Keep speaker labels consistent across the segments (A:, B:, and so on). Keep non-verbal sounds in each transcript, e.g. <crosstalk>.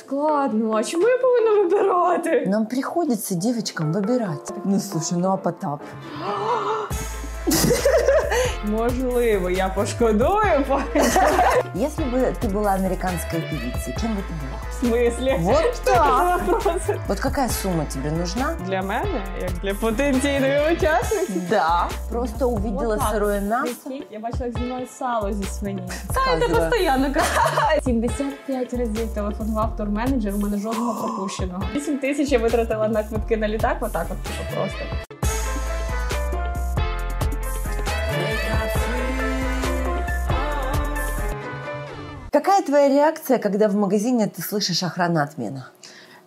A: Складно, а чому я повинна вибирати?
B: Нам приходится девочкам выбирать. Ну слушай, ну а Потап?
A: Можливо, я пошкодую по <laughs>
B: Если бы ты была американской певицей, кем бы ты была?
A: смислі.
B: Вот так!
A: Це вопрос.
B: Вот какая сумма тебе нужна?
A: <laughs> Для мене, як для потенційної учасниці.
B: Да. Просто увидела
A: Вот так.
B: сырое мясо.
A: Я бачила, як знімають сало зі свині. Це
B: сказала,
A: постійно <laughs> 75 разів телефонував турменеджер, у мене жодного пропущеного. 8 тисяч я витратила на квитки на літак, отак от типу, просто.
B: Какая твоя реакция, когда в магазине ты слышишь охрана отмена?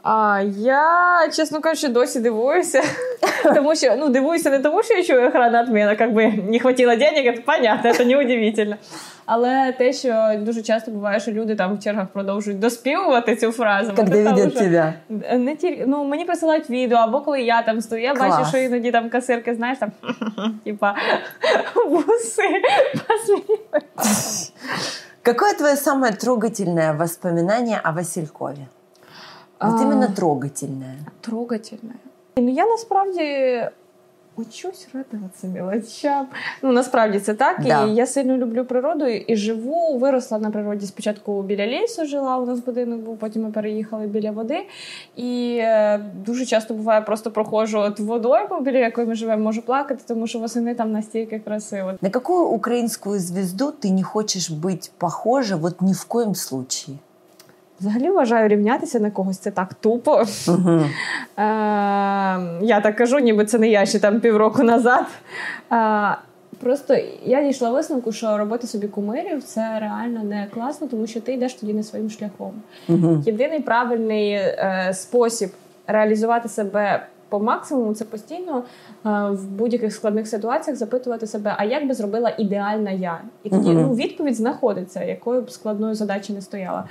A: А я, чесно кажучи, досі дивуюся. <laughs> Тому що ну дивуюся не тому, що я чую охрана отміна, якби не хватило денег, це понятно, це не удивительно. Але те, що дуже часто буває, що люди там в чергах продовжують доспівувати цю фразу.
B: Когда
A: от це
B: видят
A: вже-
B: тебя?
A: Не тільки ну мені присилають відео, або коли я там стою, я
B: Клас.
A: бачу, що іноді там касирки, знаєш, там <laughs> типа <laughs> вуси послі.
B: Какое твое самое трогательное воспоминание о Василькове? Вот
A: А.
B: именно трогательное.
A: трогательне. Ну я насправді учусь радуватися мілочам. Ну насправді це так.
B: Да.
A: І я сильно люблю природу і живу. Виросла на природі. Спочатку біля лісу жила. У нас будинок був, потім ми переїхали біля води. І е, дуже часто буває, просто проходжу от водою, біля якої ми живемо, можу плакати, тому що восени там настільки красиво.
B: На какую украинскую звезду ты не хочешь быть похожа вот ни в коем случае?
A: Взагалі вважаю рівнятися на когось. Це так тупо.
B: Мгм.
A: Е, Ем, я так кажу, ніби це не я ще там півроку назад. Е, просто я дійшла висновку, що робити собі кумирів це реально не класно, тому що ти йдеш тоді не своїм шляхом.
B: Мгм.
A: Єдиний правильний е, спосіб реалізувати себе. По максимуму це постійно е, в будь-яких складних ситуаціях запитувати себе, а як би зробила ідеальна я? І тоді
B: Мгм.
A: ну, відповідь знаходиться, якою б складною задачі не стояла.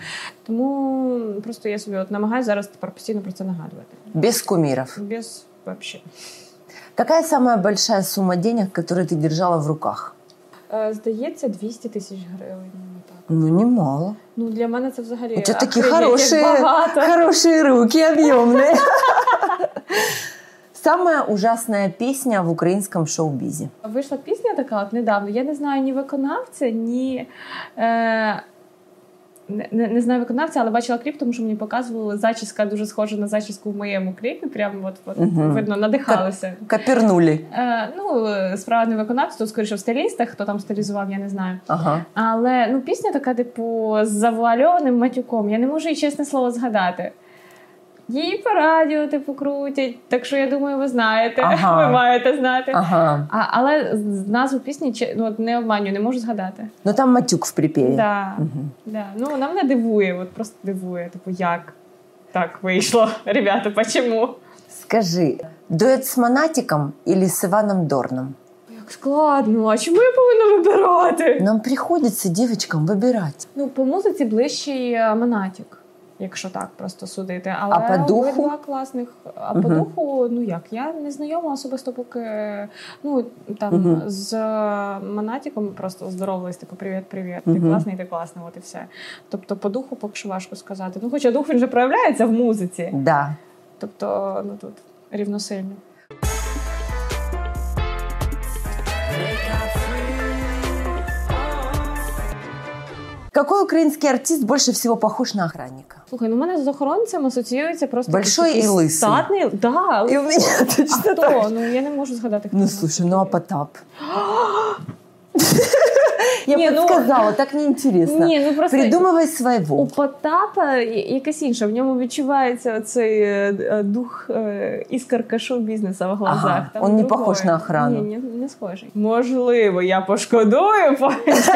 A: Тому просто я собі от намагаюся зараз тепер постійно про це нагадувати.
B: Без кумиров.
A: Без вообще.
B: Какая самая большая сумма денег, которую ты держала в руках?
A: Е, Здається, 200 тисяч гривень. ну, так.
B: Ну, немало.
A: Ну, для мене це взагалі
B: У тебе такі
A: охренеть, як
B: хороші,
A: багато.
B: хорошие руки, объемные. Самая ужасная песня в украинском шоу-бизе.
A: Вийшла пісня така от недавно. Я не знаю ні виконавця, ні. Е... Не, не не знаю виконавця, але бачила кліп, тому що мені показували зачіска дуже схожа на зачіску в моєму кліпі. Прямо от, от
B: Мгм.
A: видно, надихалися.
B: Копернули.
A: Е, ну, е, справа не виконавця, тут скоріше в стилістах, хто там стилізував, я не знаю.
B: Ага.
A: Але ну пісня така, типу, з завуальованим матюком. Я не можу її чесне слово згадати. Її по радіо, типу, крутять. Так що я думаю, ви знаєте, <laughs>
B: Ага.
A: ви маєте знати.
B: Ага.
A: А, але з- з- назву пісні че- ну, от не обманю, не можу згадати.
B: Но Ну, там матюк в припеве.
A: Да,
B: Мгм.
A: да. Ну, вона мене дивує, от просто дивує. Типу, як так вийшло? <laughs> Ребята, почему?
B: Скажи, дуэт с Монатиком или с Иваном Дорном?
A: Як складно, а чому я повинна вибирати?
B: Нам приходится девочкам выбирать.
A: Ну, по музиці ближчий е, Монатік, якщо так просто судити. Але
B: А по духу?
A: обидва класних. А по
B: Мгм.
A: духу, ну як, я не знайома особисто, поки е, ну там
B: Мгм.
A: з е, Монатіком просто здоровались, типу, привіт-привіт, ти
B: Мгм.
A: класний, ти класний, от і все. Тобто по духу поки що важко сказати. Ну, хоча дух він же проявляється в музиці.
B: Да.
A: Тобто, ну тут рівносильно.
B: Какой украинский артист больше всего похож на охранника?
A: Слухай, ну в мене з охоронцем асоціюється просто
B: Большой
A: якийсь
B: і лисий.
A: статний. Да,
B: И у меня
A: а
B: точно так.
A: хто? Ну я не можу згадати. хто
B: Ну
A: це.
B: слушай, ну а Потап? Я
A: Не, ну-
B: подсказала, так неинтересно.
A: Ні, ну просто
B: Придумывай
A: у
B: своего.
A: Потапа я- якесь інше. В ньому відчувається цей е, е, дух е, іскорка шоу-бізнеса в глазах.
B: Ага,
A: Там
B: он не
A: другое.
B: похож на охрану.
A: Ні, ні, не схожий. Можливо, я пошкодую. <laughs> потім, що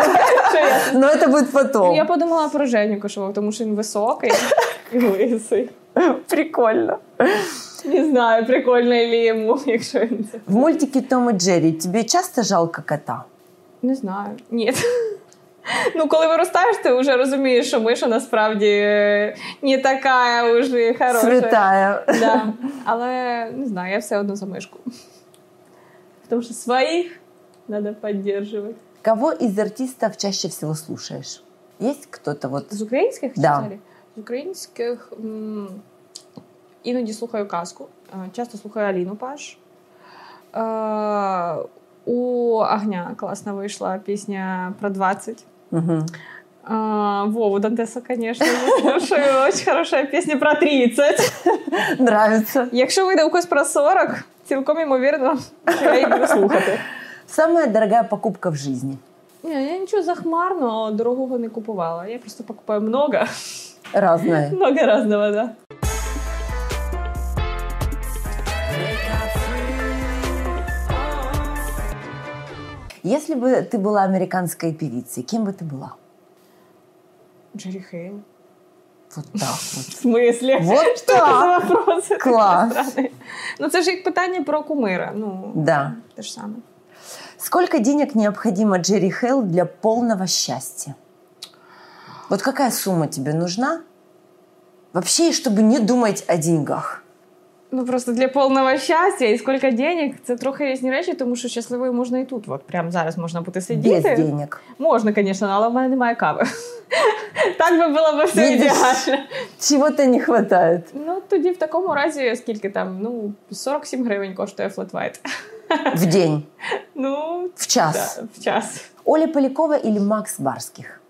A: я-
B: Но это будет
A: Ну, Я
B: потом.
A: подумала про Женю Кошовок, тому що він високий і лисий.
B: Прикольно.
A: Не знаю, прикольно лі йому, якщо він це.
B: В мультике Том и Джерри тебе часто жалко кота?
A: Не знаю. Ні. Ну, коли виростаєш, ти вже розумієш, що миша насправді е, не така вже хороша.
B: Святая.
A: Да. Але не знаю, я все одно за мишку. Тому що своїх треба підтримувати.
B: Кого из артистов чаще всего слушаешь? Есть кто-то вот?
A: З українських
B: Да.
A: взагалі? українських м, іноді слухаю казку, е, часто слухаю Аліну Паш. Е, У Агня класно вийшла пісня про 20.
B: Угу.
A: А, Вову Дантеса, конечно, же, слушаю. Очень хорошая песня про 30.
B: Нравиться.
A: Якщо вийде у когось про 40, цілком ймовірно, що я її буду слухати.
B: Самая дорогая покупка в жизни.
A: Ні, я нічого захмарного дорогого не купувала. Я просто покупаю много,
B: Разная.
A: много разного, да.
B: Если бы ты была американской певицей, кем бы ты была?
A: Джері Хейл.
B: Вот
A: <laughs>
B: так вот.
A: В смислі?
B: Вот
A: Що це
B: так.
A: за вопрос?
B: Клас.
A: Такий странний. Ну це ж як питання про кумира. Ну,
B: Да.
A: те ж саме.
B: Сколько денег необходимо Джерри Хелл для полного счастья? Вот какая сумма тебе нужна? Вообще, и чтобы не думать о деньгах.
A: Ну просто для повного щастя і скільки денег, це трохи різні речі, тому що щасливою можна і тут. От прямо зараз можна бути
B: Без
A: сидіти.
B: денег.
A: Можна, звісно, але в мене немає кави. <laughs> Так би було б все
B: Видиш?
A: ідеально.
B: Чего-то не хватает.
A: Ну тоді в такому разі скільки там? Ну 47 гривень коштує флетвайт.
B: В день,
A: <laughs> Ну
B: в час.
A: да, в час.
B: Оля Полякова или Макс Барских?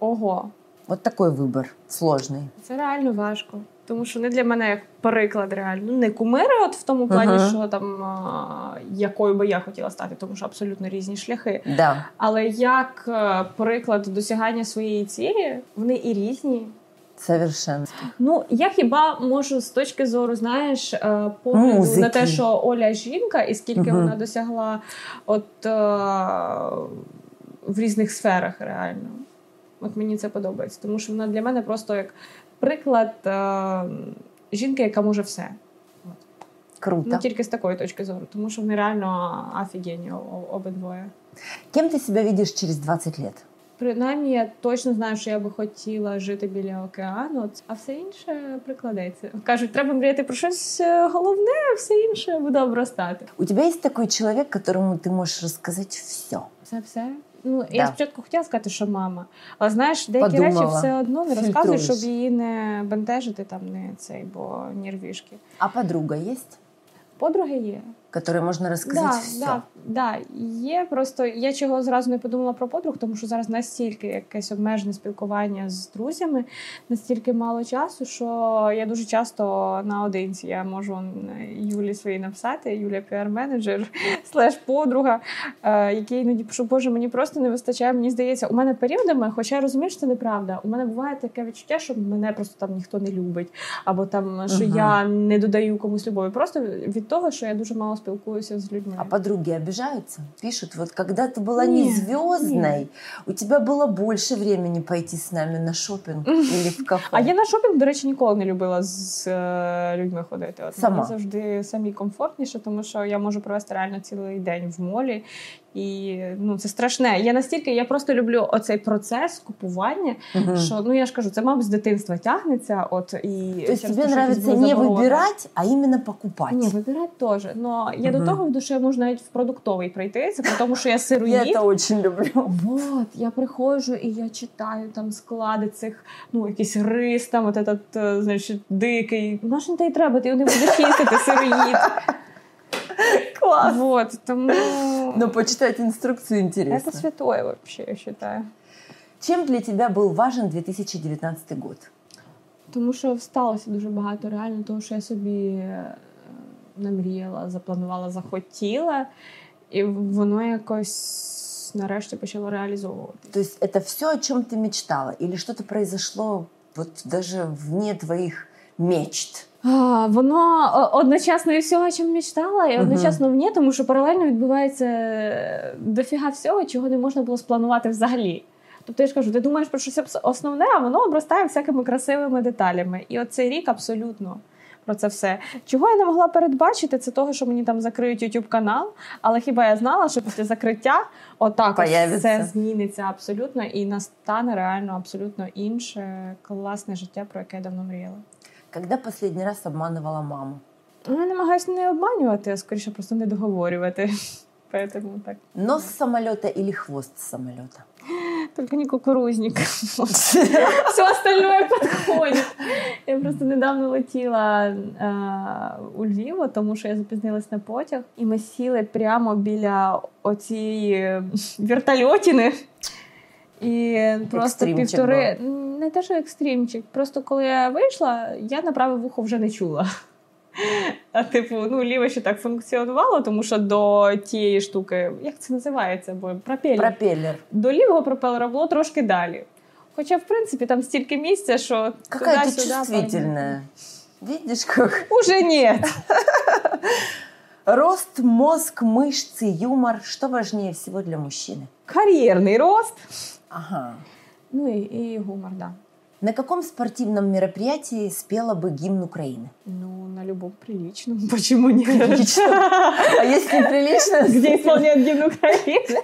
A: Ого,
B: Вот такой выбор сложный.
A: це реально важко. Тому що не для мене як приклад реально. Ну, Не кумири, от в тому плані,
B: Мгм.
A: що там а, якою би я хотіла стати, тому що абсолютно різні шляхи.
B: Да.
A: Але як е, приклад досягання своєї цілі, вони і різні.
B: Совершенно.
A: Ну я хіба можу з точки зору, знаєш, е, погляду
B: Ну, Музики.
A: на те, що Оля жінка, і скільки
B: Мгм.
A: вона досягла, от е, в різних сферах реально. От мені це подобається, тому що вона для мене просто як приклад е, жінки, яка може все.
B: Круто.
A: Ну тільки з такої точки зору, тому що вони реально офігенні о- обидвоє.
B: Кем ты себя видишь через 20 лет?
A: Принаймні, я точно знаю, що я би хотіла жити біля океану, а все інше прикладеться. Кажуть, треба мріяти про щось е, головне, а все інше буде обростати.
B: У тебя есть такой человек, которому ты можешь рассказать все?
A: Це все. Ну я
B: Да.
A: спочатку хотіла сказати, що мама, але знаєш, деякі
B: Подумала.
A: речі все одно не розказуй,
B: Фільтруєш.
A: щоб її не бентежити там, не цей, бо нервішки.
B: А подруга есть,
A: Подруги є.
B: которой можно рассказать все?
A: да, да, є. Просто я чого зразу не подумала про подруг, тому що зараз настільки якесь обмежене спілкування з друзями, настільки мало часу, що я дуже часто наодинці. Я можу м, Юлі своїй написати, Юля піар-менеджер, <laughs> слеш подруга, е, який іноді пишу, боже, мені просто не вистачає. Мені здається, у мене періодами, хоча я розумію, що це неправда. У мене буває таке відчуття, що мене просто там ніхто не любить, або там що
B: Ага.
A: я не додаю комусь любові. Просто від того, що я дуже мало спілкуюся з людьми.
B: А подруги обижаются? Пишут, вот когда ты была не
A: Не,
B: звездной, у тебя было больше времени пойти с нами на шопинг или в кафе.
A: А я на шопінг, до речі, ніколи не любила з е, людьми ходити. От
B: Сама.
A: мені завжди самі комфортніше, тому що я можу провести реально цілий день в молі. І ну це страшне. Я настільки я просто люблю оцей процес купування,
B: Мгм.
A: що ну я ж кажу, це мабуть з дитинства тягнеться. От і
B: То есть
A: через
B: тебе
A: те, що якісь
B: нравится
A: були
B: не
A: заборони.
B: выбирать, а именно покупать.
A: Ні, вибирати теж. Но я
B: Мгм.
A: до того веду, що я можу навіть в продуктовий прийти. Це при тому, що я
B: я
A: сироїд.
B: это очень люблю. <laughs>
A: Вот, я приходжу і я читаю там склади цих, ну, якийсь рис, там, от этот, е, значить, дикий. Ну, що не те й треба, ти його не будеш їсти, ти сироїд.
B: Класс.
A: Вот, тому... Ну,
B: Но почитать инструкцию интересно.
A: Це святое вообще, я считаю.
B: Чем для тебя был важен 2019 год?
A: Тому що сталося дуже багато реально того, що я собі е, намріяла, запланувала, захотіла, і воно якось нарешті почало реалізовувати.
B: То есть это все, о чем ты мечтала? Или что-то произошло вот даже вне твоих мечт?
A: А, Воно е, одночасно і всього, чим мечтала, і
B: Мгм.
A: одночасно ні, тому що паралельно відбувається е, дофіга всього, чого не можна було спланувати взагалі. Тобто я ж кажу, ти думаєш про щось абс- основне, а воно обростає всякими красивими деталями. І от цей рік абсолютно про це все. Чого я не могла передбачити, це того, що мені там закриють YouTube канал. Але хіба я знала, що після закриття отак от
B: Появиться.
A: все зміниться абсолютно і настане реально абсолютно інше класне життя, про яке я давно мріяла.
B: Когда последний раз обманывала маму?
A: Ну, Я намагаюся не обманювати, а скоріше просто не договорювати. <laughs> Поэтому так.
B: Нос самолета или хвост самолета?
A: Только не кукурузник. Все остальное підходить. Я просто недавно летіла е, у Львів, тому що я запізнилась на потяг, і ми сіли прямо біля оцієї вертольотіни. І просто
B: Екстрімчик
A: півтори. Не те, що екстримчик. Просто коли я вийшла, я на праве вухо вже не чула. А типу, ну ліве ще так функціонувало, тому що до тієї штуки, як це називається, бо пропелер
B: Пропеллер.
A: до лівого пропелера було трошки далі. Хоча, в принципі, там стільки місця, що
B: Какая ты
A: туди-сюди,
B: чувствительная. Видишь, как?
A: пар- Уже ні.
B: Рост, мозг, мышцы, юмор. Что важнее всего для мужчины?
A: Кар'єрний рост.
B: Ага.
A: Ну і, і гумор, да.
B: На каком спортивном мероприятии спела бы гимн Украины?
A: Ну, на любому приличному. <laughs> Почему ні?
B: А если
A: <laughs> Где
B: неприлично,
A: исполняют гімн України?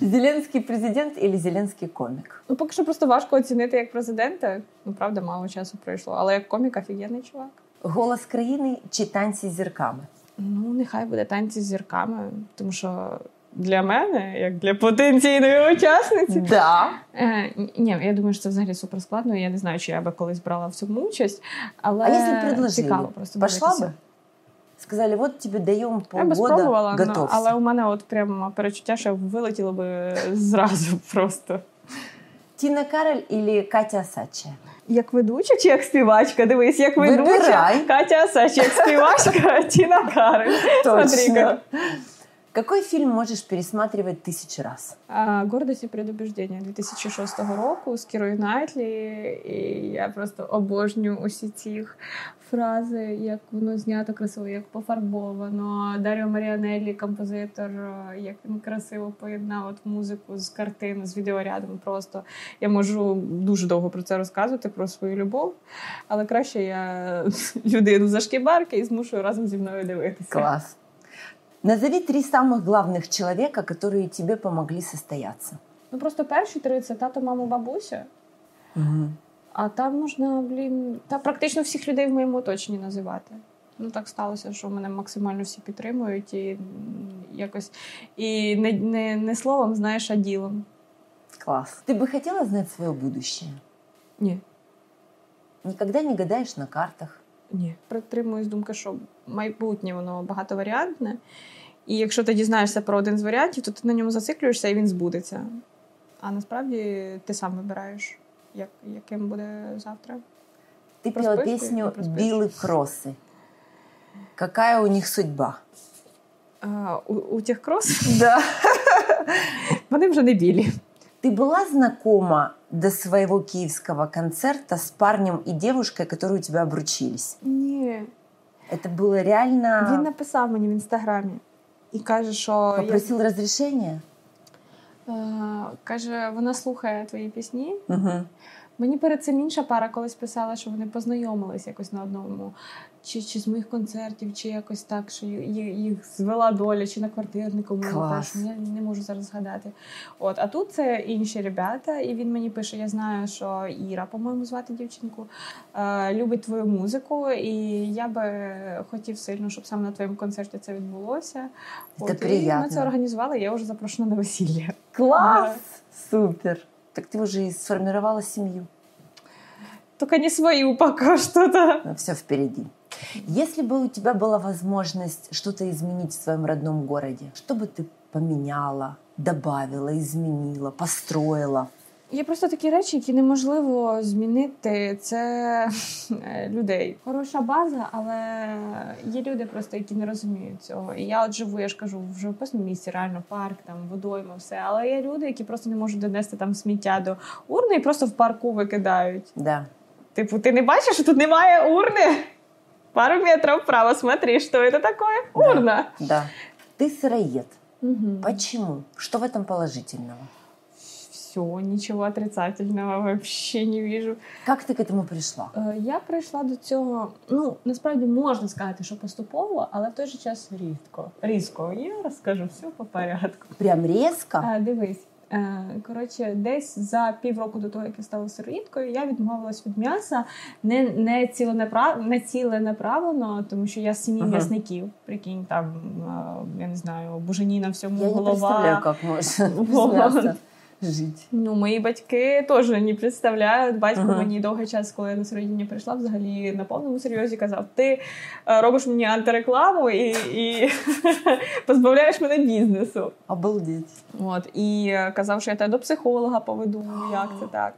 B: Зеленский президент или Зеленский комик?
A: Ну, поки що просто важко оцінити як президента. Ну, правда, мало часу пройшло, але як комік офігенний чувак.
B: Голос країни чи танці з зірками?
A: Ну, нехай буде танці з зірками, тому що для мене, як для потенційної учасниці,
B: Да.
A: Е, ні, я думаю, що це взагалі супер складно. Я не знаю, чи я би колись брала в цьому участь, але
B: А если предложили?
A: цікаво Э, просто
B: Пошла
A: дивитися.
B: бы? Сказали, вот тебе даем
A: Я би спробувала,
B: полгода,
A: но,
B: готовься.
A: але у мене от прямо перечуття, що вилетіло би зразу просто.
B: Тина Кароль или Катя Асачия?
A: Як ведуча чи як співачка? Дивись, як ведуча.
B: Вибирай.
A: Катя Асач, як співачка, Тіна Карель. Смотри-ка.
B: Какой фильм можешь пересматривать тысячу раз?
A: А, Гордість і предубіждення 2006 року з Кірою Найтлі. І я просто обожнюю усі ці фрази, як воно знято красиво, як пофарбовано. Даріо Маріанеллі, композитор, е, як він красиво поєднав от музику з картин, з відеорядом. Просто я можу дуже довго про це розказувати, про свою любов. Але краще я <laughs> людину за шкібарки і змушую разом зі мною дивитися.
B: Класс. Назови три самых главных человека, которые тебе помогли состояться.
A: Ну просто перші три це тато, мама, бабуся. А там можна, блін, та практично всіх людей в моєму оточенні називати. Ну так сталося, що мене максимально всі підтримують і м, якось і не, не, не словом, знаєш, а ділом.
B: Класс. Ты бы хотела знать свое будущее?
A: Ні,
B: Никогда не гадаешь на картах.
A: ні. Притримуюсь думки, що майбутнє воно багатоваріантне. І якщо ти дізнаєшся про один з варіантів, то ти на ньому зациклюєшся і він збудеться. А насправді ти сам вибираєш, як, яким буде завтра.
B: Ты
A: Про
B: пела
A: вспышку или не
B: песню
A: про вспышку?
B: «Билы кроссы». Какая у них судьба?
A: А, у, у тих крос <laughs>
B: Да.
A: вони вже не білі.
B: Ты была знакома до своего киевского концерта с парнем и девушкой, которые у тебя обручились?
A: Ні,
B: Это было
A: Він
B: реально...
A: написав мені в інстаграмі і каже, що я,
B: Попросил разрешения?
A: е, каже, вона слухає твої пісні.
B: Мгм.
A: Мені перед цим інша пара колись писала, що вони познайомились якось на одному, чи, чи з моїх концертів, чи якось так, що ї- ї- їх звела доля, чи на квартирнику. мені
B: Клас.
A: теж, Я не можу зараз згадати. От, а тут це інші ребята, і він мені пише: я знаю, що Іра, по-моєму, звати дівчинку, е, любить твою музику, і я би хотів сильно, щоб саме на твоєму концерті це відбулося.
B: Це
A: і ми
B: приємно.
A: це організували, я вже запрошена на весілля.
B: Класс! Супер! Так ты уже и сформировала семью.
A: Тільки не свою поки що.
B: Но все Ну, впереди. Если бы у тебя была возможность что-то изменить в своем родном городе, что бы ты поменяла, добавила, изменила, построила?
A: Є просто такі речі, які неможливо змінити. Це е, людей. Хороша база, але є люди просто, які не розуміють цього. І я от живу, я ж кажу, в живописному місці, реально парк, там водойма, все. Але є люди, які просто не можуть донести там сміття до урни і просто в парку викидають.
B: Да.
A: Типу, ти не бачиш, що тут немає урни? Пару метрів вправо, смотри, що це таке? Урна.
B: Да. Ты сыроед.
A: Угу.
B: Почему? Что в этом положительного?
A: Все, нічого отрицательного вообще не вижу.
B: Как ты к этому пришла?
A: Е, Я прийшла до цього. Ну насправді можна сказати, що поступово, але в той же час рідко. Різко. Я розкажу все по порядку.
B: Прям резко?
A: А, дивись. е, Коротше, десь за півроку до того, як я стала сироїдкою, я відмовилась від м'яса не, не, ціленепра- не ціленаправлено, тому що я з сім'ї
B: Ага.
A: м'ясників. Прикинь, там е, я не знаю, бужені на всьому
B: Я не
A: голова.
B: представляю, как можно. без
A: Голова.
B: мяса. жить?
A: Ну, мої батьки теж не представляють. Батько
B: Мгм.
A: мені довгий час, коли я на середині прийшла, взагалі на повному серйозі казав: ти е, робиш мені антирекламу і, і <laughs> позбавляєш мене бізнесу.
B: Обалдеть.
A: От, і е, казав, що я тебе до психолога поведу, ну, як
B: <gasps>
A: це так.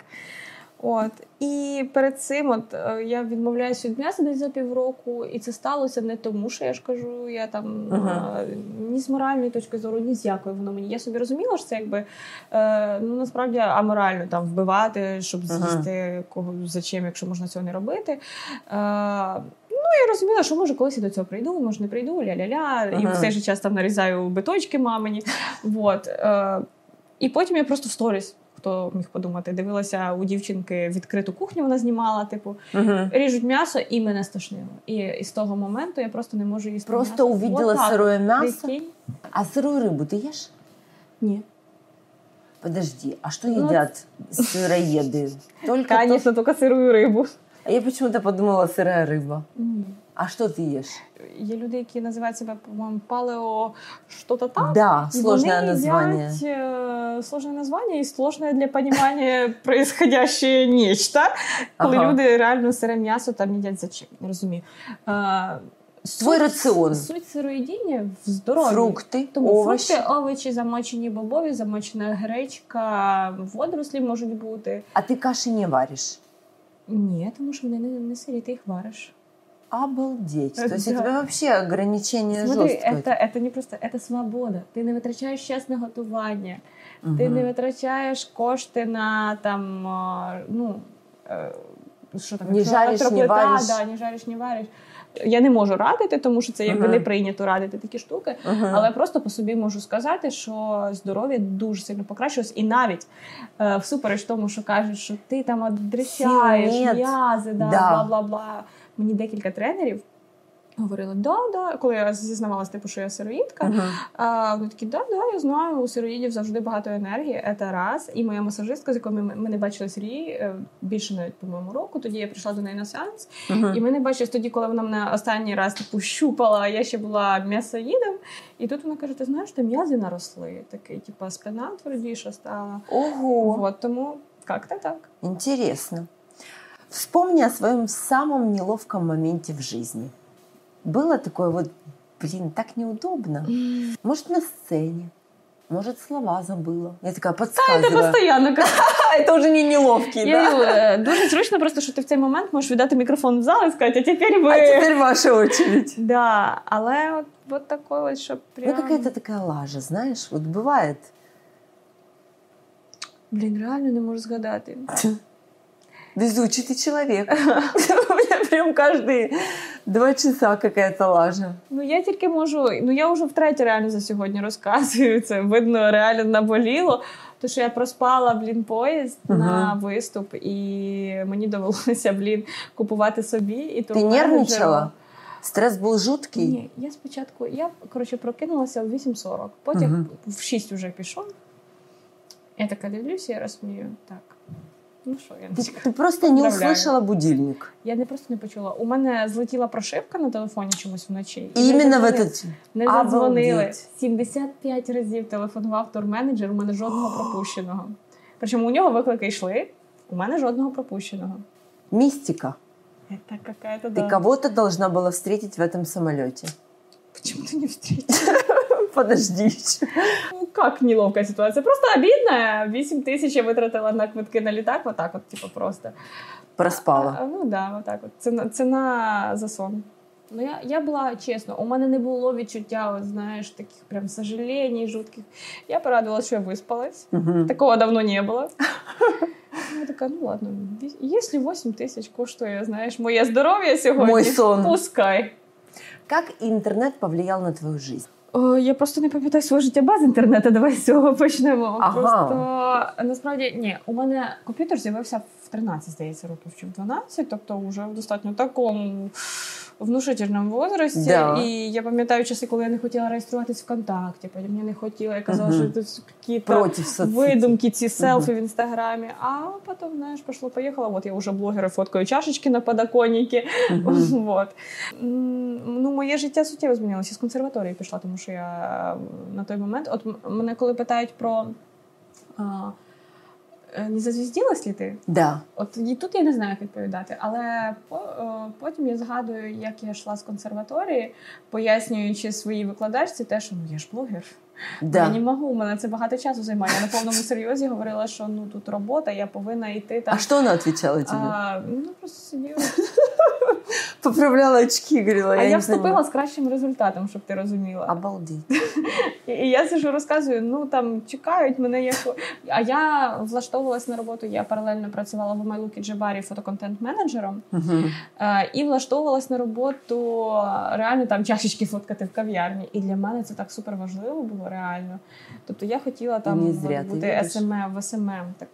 A: От. І перед цим от, е, я відмовляюсь від м'яса десь за півроку, і це сталося не тому, що я ж кажу, я там
B: Ага.
A: е, ні з моральної точки зору, ні з якої воно мені. Я собі розуміла, що це якби е, ну, насправді аморально там вбивати, щоб
B: Ага.
A: з'їсти кого зачем, якщо можна цього не робити. Е, я розуміла, що може колись я до цього прийду, може не прийду, ля-ля-ля. І
B: Ага.
A: в цей же час там нарізаю биточки мамині. Вот. Е, і потім я просто в сторіс, хто міг подумати, дивилася у дівчинки відкриту кухню, вона знімала, типу,
B: Мгм.
A: ріжуть м'ясо, і мене стошнило. І, і з того моменту я просто не можу їсти.
B: Просто
A: м'ясо.
B: увидела
A: От так.
B: сырое мясо.
A: Прикинь?
B: А сырую рыбу ты ешь?
A: Ні.
B: Подожди, а что
A: Ну,
B: едят
A: <laughs>
B: сыроеды? Только то-
A: Конечно, тільки сирую рибу.
B: А Я почему-то подумала сырая рыба.
A: Ні.
B: А что ты ешь?
A: Є люди, які називають себе, по-моєму, палео що-то там.
B: Да,
A: И
B: сложное
A: вони
B: название.
A: едят, э, сложное название и сложное для понимания <laughs> происходящее нечто, коли
B: Ага.
A: люди реально сире м'ясо там їдять зачем, не розумію. Е, суть-
B: Твой рацион.
A: Суть сироїдіння в здоров'ї.
B: Фрукты,
A: Тому
B: овощи.
A: фрукти, овочі, замочені бобові, замочена гречка, водорослі можуть бути.
B: А ты каши не варишь?
A: Ні, тому що вони не, не сирі, ти їх вариш.
B: Обалдеть. То есть у
A: Да.
B: тебя вообще ограничение
A: Смотри,
B: жесткое.
A: это, это не просто, это свобода. Ти не витрачаєш час на готування.
B: Мгм.
A: Ти не витрачаєш кошти на там, е, ну, е, що там,
B: Не
A: якщо
B: жариш, не
A: електроплита,
B: вариш.
A: Да, не жариш, не вариш. Я не можу радити, тому що це якби
B: Мгм.
A: не прийнято радити такі штуки.
B: Мгм.
A: Але просто по собі можу сказати, що здоров'я дуже сильно покращилось, і навіть е, всупереч тому, що кажуть, що ти там одрищаєш
B: Сил нет.
A: м'язи, да,
B: Да.
A: бла бла бла. Мені декілька тренерів говорили, да, да, коли я зізналась, типу, що я сироїдка.
B: Мгм.
A: А, вони такі, да, да, я знаю, у сироїдів завжди багато енергії, це раз. І моя масажистка, з якою ми, ми не бачили Сергії більше навіть по-моєму року. Тоді я прийшла до неї на сеанс,
B: Мгм.
A: і ми не бачились тоді, коли вона мене останній раз типу щупала. Я ще була м'ясоїдом. І тут вона каже: ти знаєш, там м'язи наросли. Такий, типу, спина твердіша стала.
B: Ого,
A: От тому як-то так.
B: интересно. Вспомни о своем самом неловком моменте в жизни. Было такое вот, блин, так неудобно. Может, на сцене, может, слова забыла. Я такая
A: Це
B: подсказываю.
A: постійно кажу.
B: А, это уже не неловкий,
A: Я
B: да?
A: їй, е, дуже зручно, просто що ти в цей момент можеш віддати мікрофон в зал і сказати, а тепер ви.
B: А теперь ваша очередь.
A: Да, але от, от такой от, що прям...
B: Ну, какая-то такая лажа, знаешь, вот бывает.
A: Блін, реально не можу згадати.
B: Везучий ты человек. <laughs> У меня прям каждые два часа какая-то лажа.
A: Ну я тільки можу, ну я вже втретє реально за сьогодні розказую це. Видно, реально наболіло. То що я проспала блін поїзд на
B: Мгм.
A: виступ, і мені довелося блін купувати собі. І
B: Ты нервничала? Стресс был жуткий?
A: Ні, я спочатку я коротше прокинулася в 8.40, потім
B: Мгм.
A: в 6 уже пішов. Я така дивлюся, я розумію. Так, ну що, я
B: Ты, ты просто не
A: Поздравляю.
B: услышала будильник.
A: Я не просто не почула. У мене злетіла прошивка на телефоні чомусь вночі.
B: И именно в
A: задзвонили.
B: этот...
A: не задзвонили.
B: Обалдеть.
A: 75 разів телефонував турменеджер. У мене жодного пропущеного. Причому у нього виклики йшли. У мене жодного пропущеного.
B: Мистика.
A: Це какая-то
B: Ты
A: да.
B: кого-то должна была встретить в
A: <laughs>
B: этом самолете.
A: Почему ти не встретила?
B: Подожди. ещё.
A: Ну, як неловка ситуація. Просто обідна. 8 тисяч я витратила на квитки на літак. Отак, от, типу, просто.
B: Проспала.
A: А, ну да, отак от. Ціна, ціна за сон. Ну, я, я була чесно, у мене не було відчуття, от, знаєш, таких прям сожалень, жутких. Я порадувалася, що я виспалась.
B: Мгм.
A: Такого давно не было. <laughs> Я така, ну ладно, віс- якщо 8 тисяч коштує, знаєш, моє здоров'я сьогодні,
B: Мой сон.
A: пускай.
B: Как интернет повлиял на твою жизнь?
A: О, я просто не пам'ятаю своє життя без інтернету. <laughs> Давай з цього почнемо.
B: Ага.
A: Просто насправді ні, у мене комп'ютер з'явився в 13, здається, років чи в 12, тобто вже в достатньо такому внушительному возрасті.
B: Да.
A: І я пам'ятаю часи, коли я не хотіла реєструватись ВКонтакті, потім я не хотіла, я казала,
B: Мгм.
A: що це якісь
B: Против соцсетей.
A: видумки, ці селфі в інстаграмі. А потім, знаєш, пошло поїхало. От я вже блогери фоткаю чашечки на подоконнике. <laughs>
B: Мгм.
A: Вот. М, Ну, моє життя суттєво змінилося. Я з консерваторії пішла, тому що я е, на той момент, от м- мене коли питають про. е, е, не зазвізділась ли ти?
B: Да.
A: От і тут я не знаю, як відповідати, але по, е, потім я згадую, як я йшла з консерваторії, пояснюючи своїй викладачці те, що ну я ж блогер. Я не
B: Да.
A: можу, у мене це багато часу займає. Я на повному серйозі говорила, що ну тут робота, я повинна йти там.
B: А что она отвечала тебе?
A: А, ну просто сиділа.
B: Поправляла очки, говорила.
A: А я
B: не знаю».
A: вступила з кращим результатом, щоб ти розуміла.
B: Обалдеть.
A: І- І я сижу, розказую, ну там чекають мене як. А я влаштовувалась на роботу. Я паралельно працювала в Майлукі Джабарі фотоконтент-менеджером
B: Мгм.
A: е, і влаштовувалась на роботу е, реально там чашечки фоткати в кав'ярні. І для мене це так супер важливо було реально. Тобто я хотіла там
B: Не
A: от
B: зря ти
A: бути
B: любиш.
A: СММ, в СММ, так.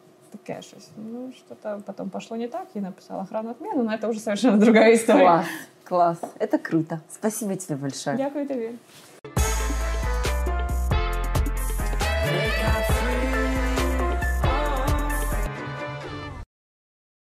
A: Таке щось. Ну, що-то потім пішло не так, я написала ну, охрану отмену, але це вже совершенно друга історія.
B: Класс, класс. Это круто. Спасибо тебе большое.
A: Дякую тобі.